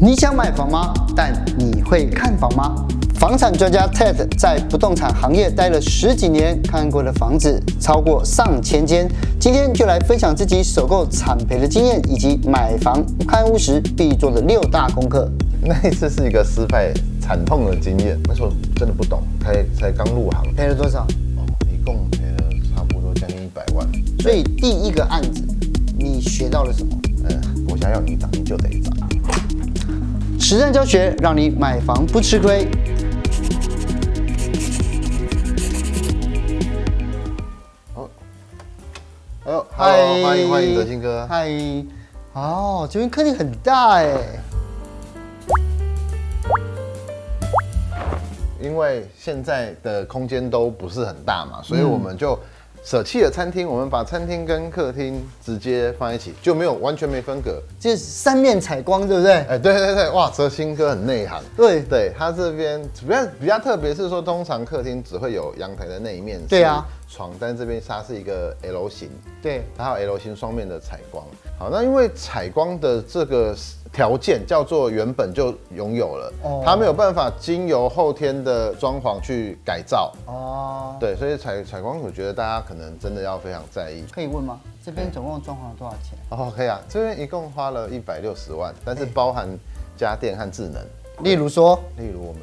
你想买房吗？但你会看房吗？房产专家 Ted 在不动产行业待了十几年，看过的房子超过上千间。今天就来分享自己首购产赔的经验，以及买房看屋时必做的六大功课。 那一次是一个失败惨痛的经验，那时候真的不懂，才才刚入行，赔了多少？哦，一共赔了差不多将近一百万。所以第一个案子，你学到了什么？嗯，我想要你涨，你就得涨。实战教学让你买房不吃亏。哎呦，Hello，欢迎欢迎德兴哥。嗨，哦，这边客厅很大哎。因为现在的空间都不是很大嘛，所以我们就舍弃了餐厅，我们把餐厅跟客厅直接放一起，就没有完全没分隔。这三面采光，对不对？哎，对对对，哇，哲兴哥很内行。对对他这边比较比较特别是说，通常客厅只会有阳台的那一面，对啊，床，但这边它是一个 L 型，对，它有 L 型双面的采光。好，那因为采光的这个条件叫做原本就拥有了，哦它没有办法经由后天的装潢去改造。哦，对，所以采采光，我觉得大家可能真的要非常在意。可以问吗？这边总共装潢了多少钱？哦，可以啊，这边一共花了一百六十万，但是包含家电和智能。例如说，例如我们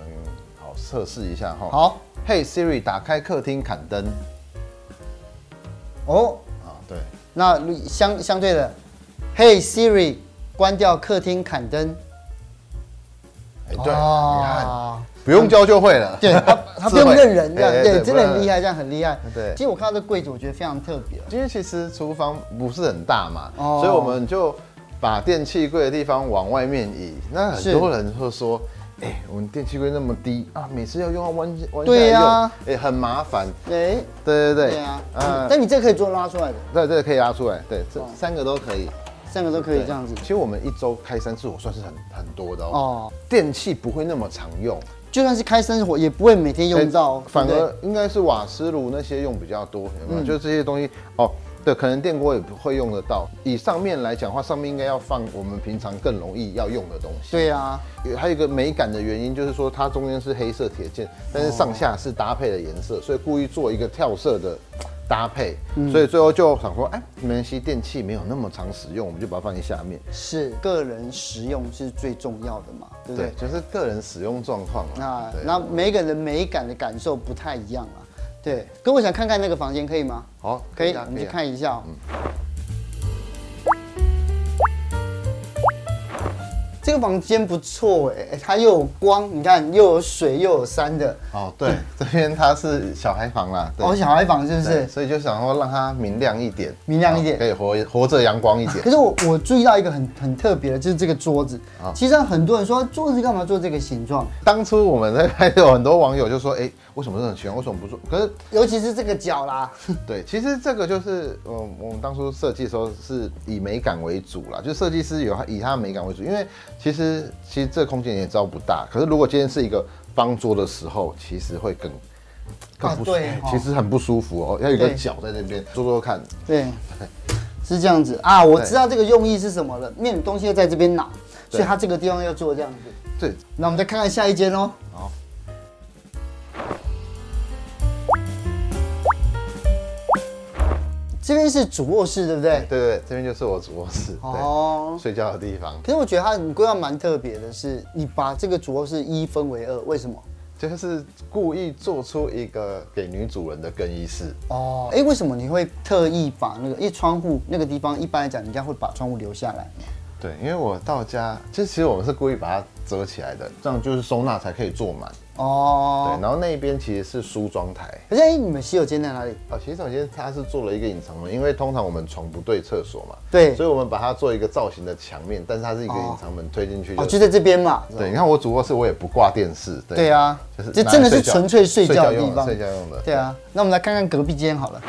好测试一下哈。好，Hey Siri，打开客厅砍灯。哦，啊，对，那相相对的，Hey Siri，关掉客厅砍灯。哎对，你看，哦不用教就会了。 对他，他不用智慧认人这样，啊哎对，真的不很用厉害，这样很厉害。对哎其实我看到这柜子，我觉得非常特别。因为其实厨房不是很大嘛，哦所以我们就把电器柜的地方往外面移。那很多人会说，哎、我们电器柜那么低啊，每次要用到弯弯下来对用，哎、呀很麻烦。哎，对对对，对啊，呃但你这个可以做拉出来的，对对，可以拉出来，对，哦这三个都可以，三个都可以这样子对。其实我们一周开三次，我算是很很多的哦。哦，电器不会那么常用，就算是开生活，也不会每天用到，哎反对嗯不而应该是瓦斯炉那些用比较多，有没有？就这些东西哦，对，可能电锅也不会用得到。以上面来讲的话，上面应该要放我们平常更容易要用的东西。对啊，有还有一个美感的原因，就是说它中间是黑色铁哦件，但是上下是搭配的颜色，所以故意做一个跳色的搭配。嗯所以最后就想说，哎，没关系，电器没有那么常使用，我们就把它放在下面。是个人实用是最重要的嘛，对不对对？，就是个人使用状况那啊。对那每个人美感的感受不太一样啊。对，可我想看看那个房间，可以吗？好，可以，啊我们去啊看一下哦。这个房间不错哎、哎它又有光，你看又有水又有山的，哦， 对，这边它是小孩房啦，对哦，小孩房是不对，是？所以就想说让它明亮一点，明亮一点哦可以活活着阳光一 点可。是我我注意到一个很很特别的，就是这个桌子。啊其实很多人说啊桌子干嘛做这个形状，当初我们在拍的，有很多网友就说，哎、为什么这很喜欢，为什么不做？可是，尤其是这个角啦。对，其实这个就是，嗯，我们当初设计的时候是以美感为主啦，就设计师有他以他的美感为主，因为其实其实这个空间你也知道不大，可是如果今天是一个方桌的时候，其实会更。更不舒啊对哦其实很不舒服哦，要有一个对角在那边，做做看，对， 是这样子啊，我知道这个用意是什么了，面东西要在这边拿，所以它这个地方要做这样子。对，那我们再看看下一间哦。好。这边是主卧室，对不对？哎对对对，这边就是我主卧室，对，哦。 睡觉的地方。可是我觉得它你规划蛮特别的是，你把这个主卧室一分为二，为什么？就是故意做出一个给女主人的更衣室。哦，哎，为什么你会特意把那个因为窗户那个地方，一般来讲人家会把窗户留下来嘛？对，因为我到家，其实其实我们是故意把它遮起来的，这样就是收纳才可以坐满。哦对，，然后那一边其实是梳妆台。可是哎，你们洗手间在哪里？哦，洗手间它是做了一个隐藏门，因为通常我们床不对厕所嘛，对所以我们把它做一个造型的墙面，但是它是一个隐藏门推进去哦，就。就是在这边嘛。对，你看我主卧室我也不挂电视，对对啊就是这拿来真的是睡觉纯粹睡觉的睡觉用地方睡觉用的。对啊，那我们来看看隔壁间好了。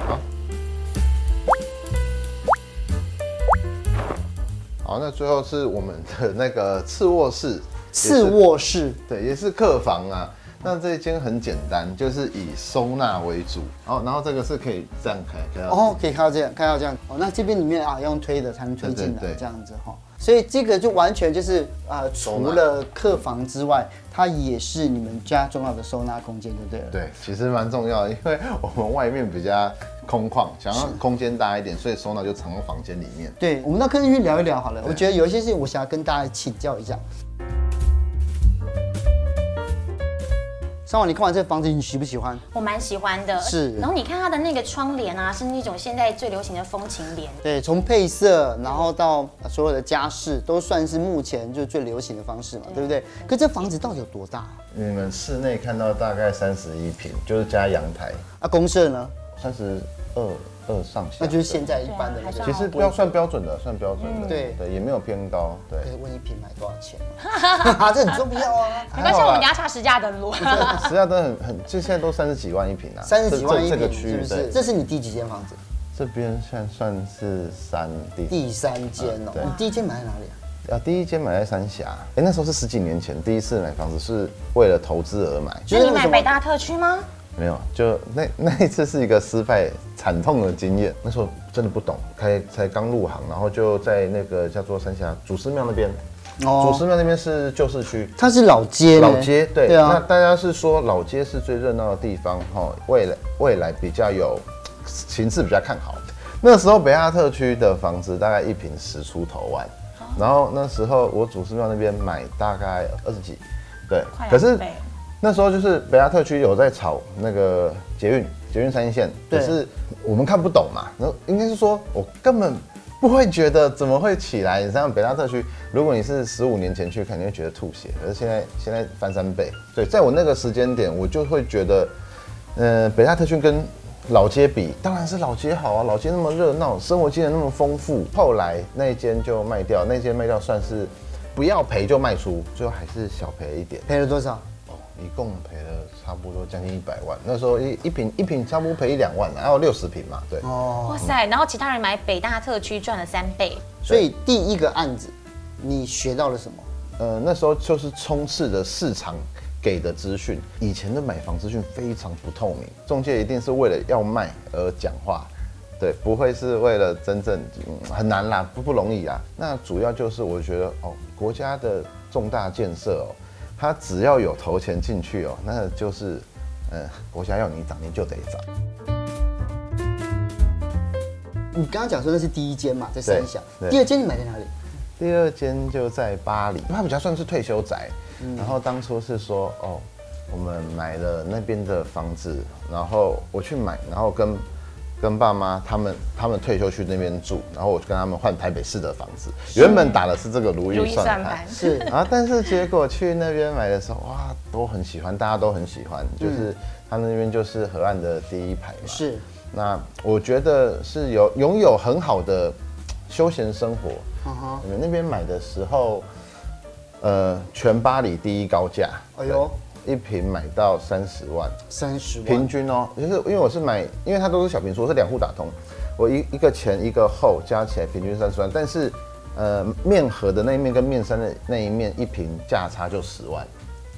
好，那最后是我们的那个次卧室，次卧室对，也是客房啊。那这一间很简单，就是以收纳为主。哦，然后这个是可以这样开，可以这样哦，可以看到这样，看到这样哦。那这边里面啊，要用推的才能推进来对对，对这样子哈。所以这个就完全就是呃，收除纳了客房之外，它也是你们家重要的收纳空间，就对了。对，其实蛮重要的，因为我们外面比较空旷，想要空间大一点，所以收纳就藏到房间里面。对，我们到客厅去聊一聊好了。我觉得有一些事情我想要跟大家请教一下。上网，你看完这个房子，你喜不喜欢？我蛮喜欢的。是然后你看它的那个窗帘啊，是那种现在最流行的风情帘。对，从配色，然后到所有的家饰，都算是目前就最流行的方式嘛，对不对？可这房子到底有多大啊？你们室内看到大概三十一平，就是加阳台，啊，公社呢？三十二二上下。那就是现在一般的对啊还那算个。其实不要算标准的，算标准的，对对，也没有偏高，对。可以问一平买多少钱吗？这很重要 啊。没关系，我们等一下查实价登录。实际上真的很很，这现在都三十几万一平啊，三十几万一这这平，这个区是域不是？对这是你第几间房子？这边算算是三第第三间哦。对你第一间买在哪里啊？啊，第一间买在三峡，哎、那时候是十几年前，第一次买房子是为了投资而买， 那你买什北么？大特区吗？没有，就那那一次是一个失败惨痛的经验。那时候真的不懂，才才刚入行，然后就在那个叫做三峡祖师庙那边，哦祖师庙那边是旧市区。它是老街呢，老街对，对那啊，大家是说老街是最热闹的地方哈、齁未来未来比较有形势比较看好。那时候北亚特区的房子大概一平十出头万，然后那时候我祖师庙那边买大概二十几，对快，可两是倍那时候就是北亚特区有在炒那个捷运，捷运三线，对可是我们看不懂嘛。然后应该是说我根本不会觉得怎么会起来。你像北大特区，如果你是十五年前去看，你会觉得吐血，可是现在现在翻三倍。对，在我那个时间点，我就会觉得，呃，北大特区跟老街比，当然是老街好啊，老街那么热闹，生活经验那么丰富。后来那一间就卖掉，那间卖掉算是不要赔就卖出，最后还是小赔一点。赔了多少？哦，一共赔了差不多将近一百万，那时候一一瓶一瓶差不多赔一两万啊，还有六十瓶嘛，对，哦，哇塞！然后其他人买北大特区赚了三倍，所以第一个案子，你学到了什么？呃，那时候就是充斥着市场给的资讯，以前的买房资讯非常不透明，中介一定是为了要卖而讲话，对，不会是为了真正、嗯、很难啦，不不容易啦。啊那主要就是我觉得哦，国家的重大建设哦，它只要有投钱进去哦，那就是，呃，国家要你涨，你就得涨。你刚刚讲说那是第一间嘛，在三峡，对第二间你买在 哪里？第二间就在巴黎，它比较算是退休宅。然后当初是说，哦，我们买了那边的房子，然后我去买，然后跟跟爸妈他们他们退休去那边住，然后我就跟他们换台北市的房子。原本打的是这个如如意意算算盘盘，是啊，但是结果去那边买的时候，哇，都很喜欢，大家都很喜欢，就是他那边就是河岸的第一排嘛。是，那我觉得是有拥有很好的休闲生活。嗯哼，我们那边买的时候，呃，全巴黎第一高价，哎呦，一瓶买到三十万，三十平万，均哦，就是因为我是买，因为它都是小平数，我是两户打通，我一一个前一个后加起来平均三十万，但是呃，面盒的那一面跟面山的那一面一瓶价差就十万，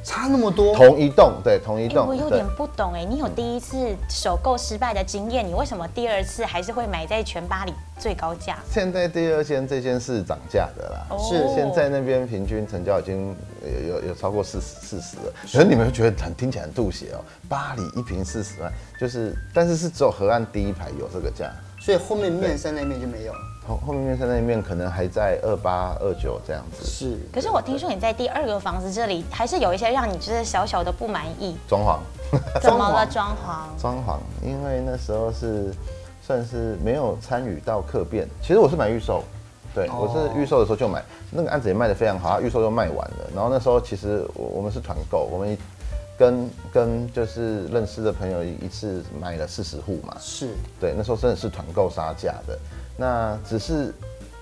差那么多，同一栋，对，同一哎、栋，我有对点不懂哎、你有第一次首购失败的经验，你为什么第二次还是会买在全巴黎最高价？现在第二间这间是涨价的啦，哦是现在那边平均成交已经有有有超过四四十了，可是你们会觉得很听起来很吐血哦。巴黎一瓶四十万，就是但是是只有河岸第一排有这个价，所以后面面山那面就没有了。后后面面山那一面可能还在二八二九这样子。是，可是我听说你在第二个房子这里还是有一些让你就是小小的不满意，装潢，怎么了？装潢装潢，因为那时候是算是没有参与到客变，其实我是买预售。对，我是预售的时候就买，那个案子也卖得非常好，它预售就卖完了。然后那时候其实我我们是团购，我们一跟跟就是认识的朋友一一次买了四十户嘛，是，对，那时候真的是团购杀价的。那只是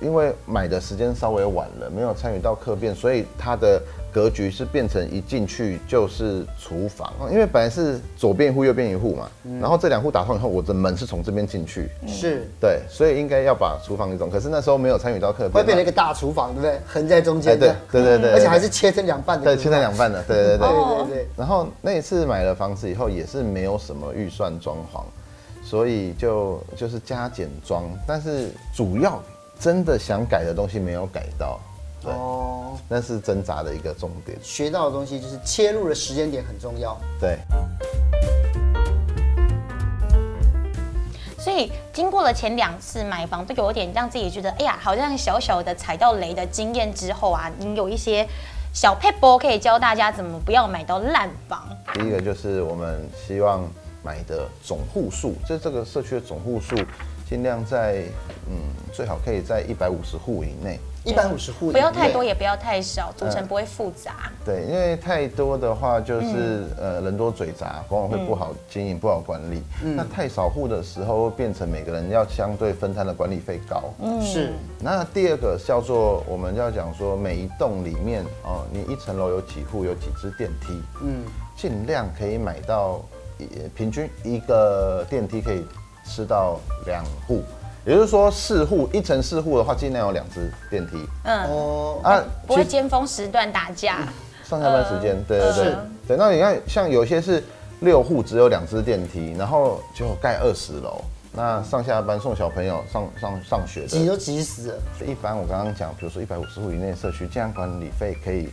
因为买的时间稍微晚了，没有参与到客变，所以它的格局是变成一进去就是厨房，哦因为本来是左边一户，右边一户嘛。嗯然后这两户打通以后，我的门是从这边进去。是，对，所以应该要把厨房一种，可是那时候没有参与到客会变成一变嘛。个大厨房，对不对？横在中哎，间对的，对对对，嗯而且还是切成两半的，对，切成两半的，对对对对对。对对，然后那一次买了房子以后，也是没有什么预算装潢，所以就就是加减装，但是主要真的想改的东西没有改到，对，哦，那是挣扎的一个重点。学到的东西就是切入的时间点很重要。对，所以经过了前两次买房，都有点让自己觉得，哎呀，好像小小的踩到雷的经验之后啊，你有一些小 p e p 可以教大家怎么不要买到烂房。第一个就是我们希望买的总户数，就这个社区的总户数，尽量在嗯，最好可以在一百五十户以内。一百五十户，不要太多，。也不要太少，组成不会复杂。对，因为太多的话就是、呃人多嘴杂，管委会不好经营、不好管理。那太少户的时候，会变成每个人要相对分摊的管理费高。是，那第二个叫做我们要讲说，每一栋里面哦，你一层楼有几户，有几只电梯，嗯，尽量可以买到，呃平均一个电梯可以吃到两户，也就是说四户一层四户的话，尽量有两只电梯嗯，哦，啊，不会其实尖峰时段打架。上下班时间，对对对是对。那你看，像有些是六户只有两只电梯，然后就盖二十楼，那上下班送小朋友上上上学的，挤都挤死了。所以一般我刚刚讲，比如说一百五十户以内的社区，这样管理费可以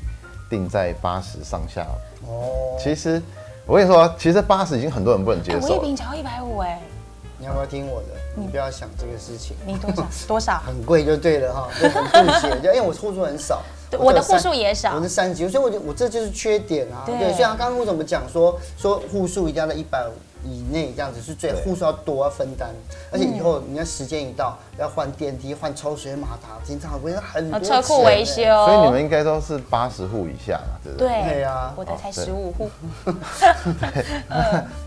定在八十上下。哦，其实我跟你说，啊其实八十已经很多人不能接哎我受一了。瓶只要一百五，哎，你要不要听我的？嗯你不要想这个事情，你 多少多少？很贵就对了哈，就 很吐血，就因为哎我户数很少。对只有我的户三数也少我是三级，所以我就我这就是缺点啊。对对，所以他刚刚为什么讲说说户数一定要在一百以内这样子是最户数要多要分担，而且以后你要时间一到要换电梯、换抽水马达，经常会很多然后哦车库钱欸维修。。所以你们应该都是八十户以下嘛，对不对？对对啊我的才哦对十五户。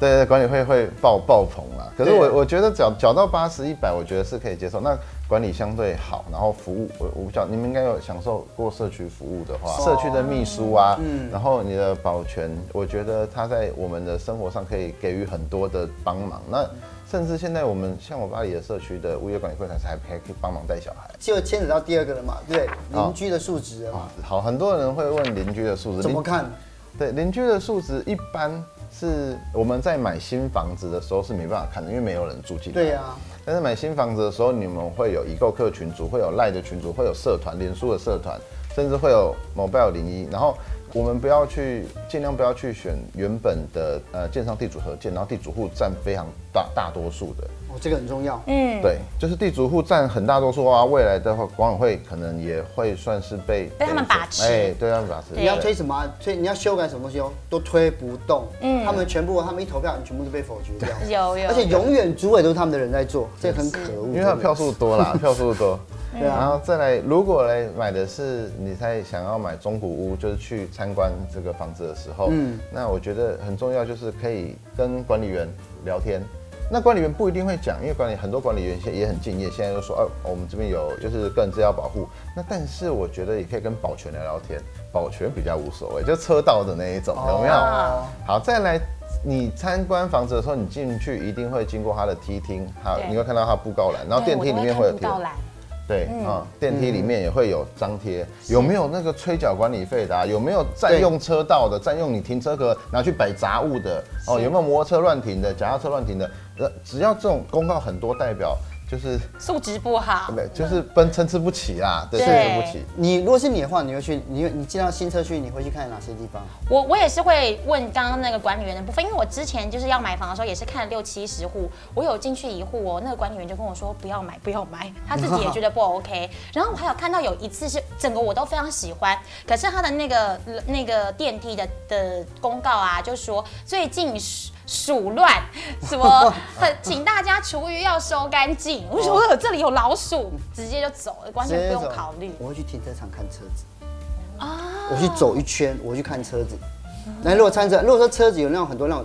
对对，管理会会爆爆棚啦。可是对啊我我觉得缴缴到八十一百，我觉得是可以接受。那管理相对好，然后服务我我不晓得你们应该有享受过社区服务的话，社区的秘书啊，嗯然后你的保全，我觉得他在我们的生活上可以给予很多的帮忙。那甚至现在我们像我巴黎的社区的物业管理会，他还还可以帮忙带小孩。就牵扯到第二个了嘛，对，哦邻居的素质了嘛，好，很多人会问邻居的素质，怎么邻看？对，邻居的素质一般是我们在买新房子的时候是没办法看的，因为没有人住进来。对啊，但是买新房子的时候，你们会有已购客群组，会有赖的群组，会有社团、脸书的社团，甚至会有 Mobile 零一。然后我们不要去，尽量不要去选原本的呃建商地主合建，然后地主户占非常大大多数的。哦，这个很重要。嗯，对，就是地主户占很大多数啊，未来的话，管委会可能也会算是被被他们把持哎，对他们把持。对你要推什么啊、推你要修改什么修都推不动，嗯他们全部他们一投票，你全部都被否决掉，有有而且永远主委都是他们的人在做，这很可恶。因为他真的票数多啦，票数多。对啊然后再来，如果来买的是你在想要买中古屋，就是去参观这个房子的时候，嗯，那我觉得很重要就是可以跟管理员聊天。那管理员不一定会讲，因为管理很多管理员现在也很敬业，现在就说，哦、我们这边有就是个人资料保护。那但是我觉得也可以跟保全聊聊天，保全比较无所谓，就车道的那一哦种，有没有？好，再来，你参观房子的时候，你进去一定会经过它的梯厅，还有对你会看到它布告栏，然后对电我梯都里面会有看贴布，告栏，对啊，电梯里面也会有张贴，有没有那个催缴管理费的啊？有没有占对用车道的，占用你停车格拿去摆杂物的？哦，有没有摩托车乱停的，脚踏车乱停的？呃，只要这种公告很多，代表就是素质不好。没就是奔参差不齐啦，对，对参差不齐。你如果是你的话，你会去，你你进到新社区，你会去看哪些地方？我我也是会问刚刚那个管理员的部分，因为我之前就是要买房的时候也是看了六七十户，我有进去一户哦，那个管理员就跟我说不要买，不要买，他自己也觉得不 OK。然后我还有看到有一次是整个我都非常喜欢，可是他的那个那个电梯的的公告啊，就说最近鼠鼠乱，什 么很请大家厨余要收干净。我就哦说呃这里有老鼠，直接就走了，完全不用考虑。我会去停车场看车子。我去走一圈，我去看车子。那如果参车，如果说车子有那种很多那种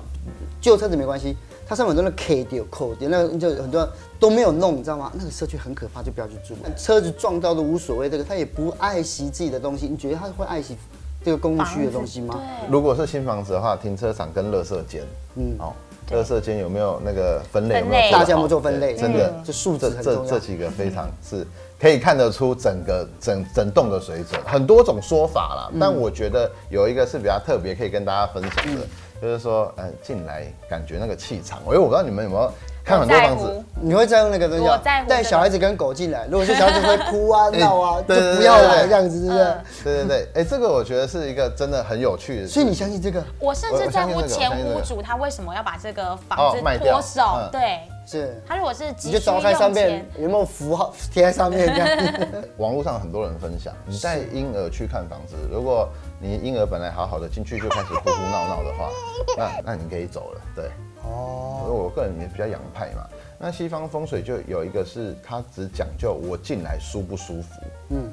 旧车子没关系，它上面有很多那 K 掉、扣掉，那个就很多都没有弄，你知道吗？那个社区很可怕，就不要去住。车子撞到都无所谓，这个他也不爱惜自己的东西，你觉得他会爱惜这个公共区域的东西吗？对，如果是新房子的话，停车场跟垃圾间，嗯，哦，垃圾间有没有那个分类？有没有分类做好大家有没有做分类对真的嗯，这素质这很这重要这几个非常是可以看得出整个整整栋的水准，很多种说法啦。嗯但我觉得有一个是比较特嗯别，可以跟大家分享的，就是说，呃，进来感觉那个气场，因为我不知道你们有没有。看很多在房乎子，。你会在乎那个东西、我啊在？乎带这小个孩子跟狗进来，如果是小孩子会哭 啊、哎闹啊，就对对不对要对来对这样子，是不是？嗯对对对，哎、这个我觉得是一个真的很有趣的事。所以你相信这个我甚至在乎我我相信这个前屋我相信主他为什么要把这个房哦子卖掉脱手嗯，对是？他如果是急你就需找开上用面钱，有没有符号贴在上面这 样？网络上很多人分享，你带婴儿去看房子，如果你婴儿本来好好的进去就开始哭哭闹闹的 话，那那你可以走了。对，哦，我我个人也比较洋派嘛。那西方风水就有一个是它只讲究我进来舒不舒服，嗯，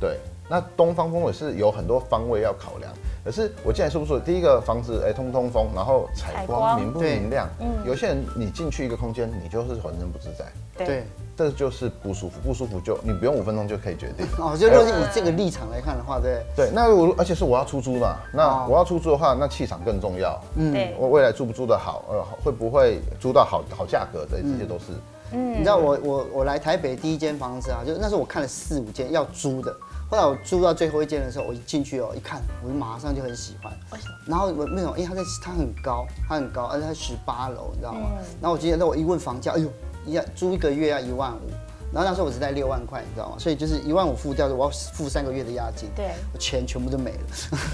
对。那东方风水是有很多方位要考量，可是我进来舒不舒服？第一个房子哎、通不通风，然后采采光光嗯明不对明亮。有些人你进去一个空间，你就是浑身不自在。对。这就是不舒服，不舒服就你不用五分钟就可以决 定。哦，就如果是以这个立场来看的话，对，对，那我而且是我要出租嘛，哦那我要出租的话，那气场更重要。嗯，对我未来租不租得好，呃，会不会租到好好价格，这这些都是。嗯你知道我我我来台北第一间房子啊，就那时候我看了四五间要租的，后来我租到最后一间的时候，我一进去哦，一看我马上就很喜欢。为什么？然后我没有，因为它在它很高，它很高，而且它十八楼，你知道吗？嗯然后我记得那我一问房价，哎呦，一下租一个月要一万五，然后那时候我只带六万块，你知道吗？所以就是一万五付掉，我要付三个月的押金，对哎我钱全部都没了，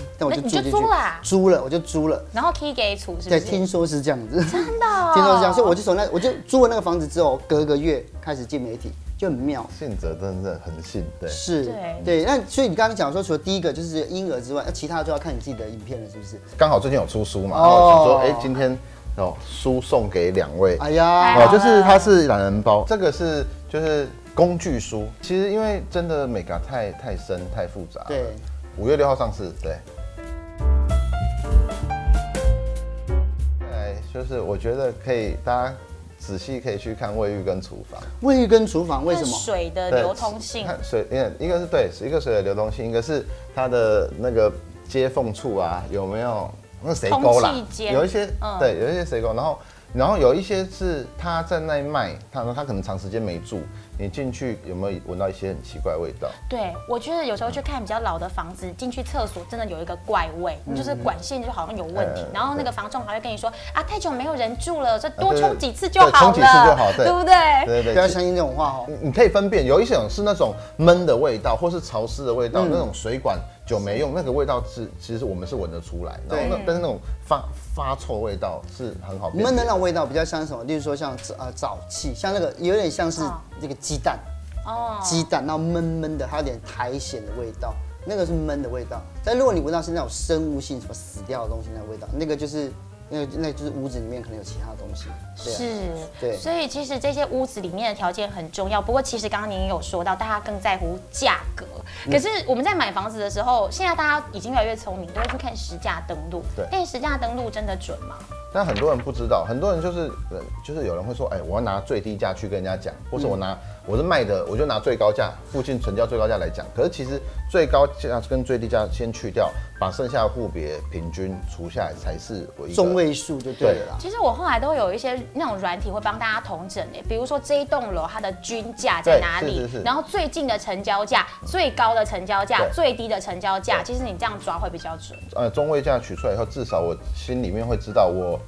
但我就那你住进就去，租啊啦租了我就租了。然后 key 给厨是不对，是？听说是这样子，真的哦听说是这样，所以我就从那，我就租了那个房子之后，隔个月开始进媒体，就很妙。信者真的很信，对。是，对，那所以你刚刚讲说，除了第一个就是婴儿之外，那其他就要看你自己的影片了，是不是？刚好最近有出书嘛，哦然后我想说，哎、今天哦，书送给两位。哎呀，太好哦，了就是它是懒人包，这个是就是工具书。其实因为真的美感太太深太复杂。对。五月六号上市，对。再来哎就是我觉得可以，大家仔细可以去看卫浴跟厨房，卫浴跟厨房为什看么？水的对流通性，看水，因为一个是对，一个水的流动性，一个是它的那个接缝处啊有没有那谁沟啦空气，间有一些、嗯对，有一些谁沟，然后然后有一些是他在那卖，他他可能长时间没住，你进去有没有闻到一些很奇怪的味道？对，我觉得有时候去看比较老的房子，进去厕所真的有一个怪味，嗯就是管线就好像有问题嗯嗯。嗯然后那个房仲还会跟你说啊，太久没有人住了，所以多啊对冲几次就好了，对冲几次就好对不对？对对不要相信这种话哦。你你可以分辨，有一种是那种闷的味道，或是潮湿的味嗯道，那种水管久没用，那个味道是其实我们是闻得出来，然后那对但是那种发发臭味道是很好辨别闷的那种味道比较像是什么？例如说像呃沼气，像那个有点像是哦那个鸡蛋，哦，鸡蛋那闷闷的，还有点苔藓的味道，那个是闷的味道。但如果你闻到是那种生物性什么死掉的东西那味道，那个就是那个那就是屋子里面可能有其他的东西。对啊是，对所以其实这些屋子里面的条件很重要。不过其实刚刚您也有说到，大家更在乎价格。嗯可是我们在买房子的时候，现在大家已经越来越聪明，都会去看实价登录。对但实价登录真的准吗？但很多人不知道，很多人就是呃就是有人会说，哎，我要拿最低价去跟人家讲，或是我拿、我是卖的，我就拿最高价，附近成交最高价来讲。可是其实最高价跟最低价先去掉，把剩下的户别平均除下来才是我一个中位数就对了啦。其实我后来都有一些那种软体会帮大家统整诶，比如说这一栋楼它的均价在对哪里，是是是然后最近的成交价、最高的成交价、对最低的成交价，对其实你这样抓会比较准。呃中位价取出来以后，至少我心里面会知道我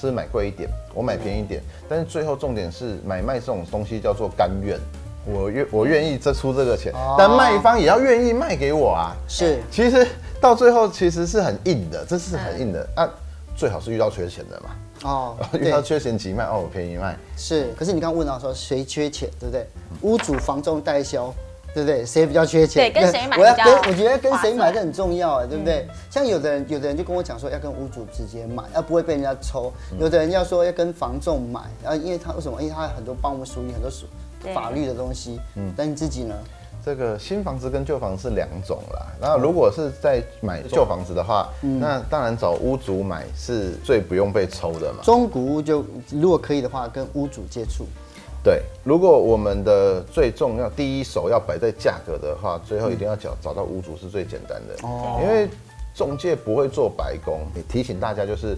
是买贵一点，我买便宜一点。但是最后重点是买卖这种东西叫做甘愿，我愿我愿意这出这个钱，但卖方也要愿意卖给我哦啊。是其实到最后其实是很硬的，这是嗯很硬的。那、最好是遇到缺钱的嘛， 哦，遇 对到，缺钱急卖哦，我便宜卖。是。可是你刚刚问到说谁缺钱，对不对？屋主、房仲、代销，对不对？谁比较缺钱？对跟谁买我要比较跟我觉得跟划谁算嗯买这很重要哎，对不对？像有的人，有的人就跟我讲说要跟屋主直接买，啊要不会被人家抽；嗯有的人要说要跟房仲买，然后因为他为什么？因为他很多帮我们梳理很多属对法律的东西。嗯，但你自己呢？这个新房子跟旧房是两种啦。那如果是在买旧房子的话，嗯那当然找屋主买是最不用被抽的嘛。中古屋就如果可以的话，跟屋主接触。对，如果我们的最重要第一手要摆在价格的话，最后一定要找找到屋主是最简单的，哦因为中介不会做白工。也提醒大家就是。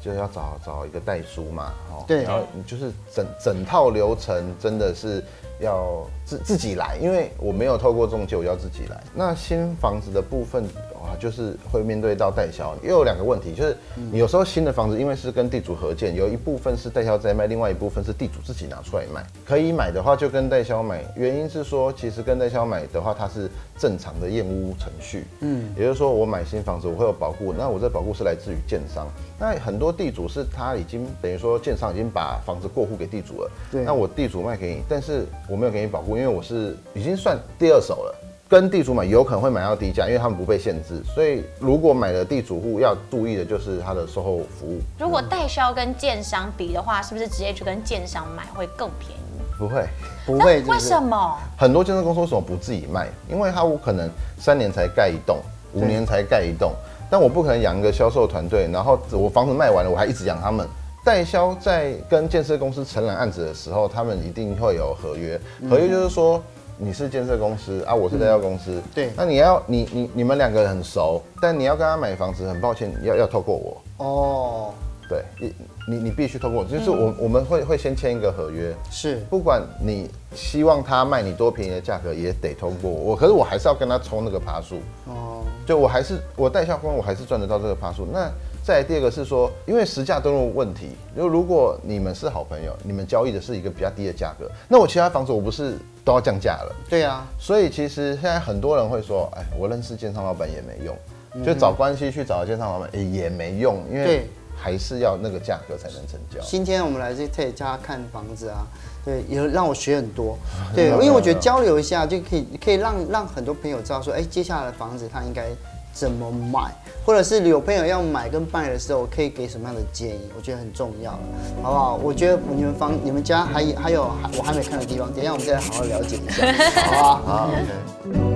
就是要找找一个代书嘛，哦，对然后你就是整整套流程真的是要自自己来，因为我没有透过中介，我要自己来。那新房子的部分，哇，就是会面对到代销，又有两个问题，就是你有时候新的房子因为是跟地主合建，有一部分是代销在卖，另外一部分是地主自己拿出来卖。可以买的话就跟代销买，原因是说其实跟代销买的话，它是正常的验屋程序，嗯，也就是说我买新房子我会有保固，那我这保固是来自于建商，那很多地主是他已经等于说建商已经把房子过户给地主了，对那我地主卖给你，但是我没有给你保护，因为我是已经算第二手了。跟地主买有可能会买到低价，因为他们不被限制。所以如果买了地主户要注意的就是他的售后服务，如果代销跟建商比的话，是不是直接去跟建商买会更便宜？不会不会，那为什？么？很多建设公司为什么不自己卖？因为他我可能三年才盖一栋，五年才盖一栋，但我不可能养一个销售团队，然后我房子卖完了，我还一直养他们。代销在跟建设公司承揽案子的时候，他们一定会有合约，合约就是说。你是建设公司啊，我是代销公司。对那你要你你你们两个很熟，但你要跟他买房子，很抱歉，要要透过我。哦，对，你你你必须透过我，就是我、我们会会先签一个合约，是不管你希望他卖你多便宜的价格，也得通过我。可是我还是要跟他冲那个趴数，哦，就我还是我代销官，我还是赚得到这个趴数。那再来第二个是说，因为实价登录问题，就如果你们是好朋友，你们交易的是一个比较低的价格，那我其他房子我不是都要降价了？对啊，所以其实现在很多人会说，哎，我认识建商老板也没用，就找关系去找建商老板也也没用，因对为还是要那个价格才能成交。今天我们来这 Tate 家看房子啊，对，也让我学很多。对，因为我觉得交流一下就可以，可以让让很多朋友知道说，哎，接下来的房子他应该怎么买，或者是有朋友要买跟卖的时候，我可以给什么样的建议，我觉得很重要，好不好？我觉得你们房、你们家还还有还我还没看的地方，等一下我们再来好好了解一下，好不好？啊，OK。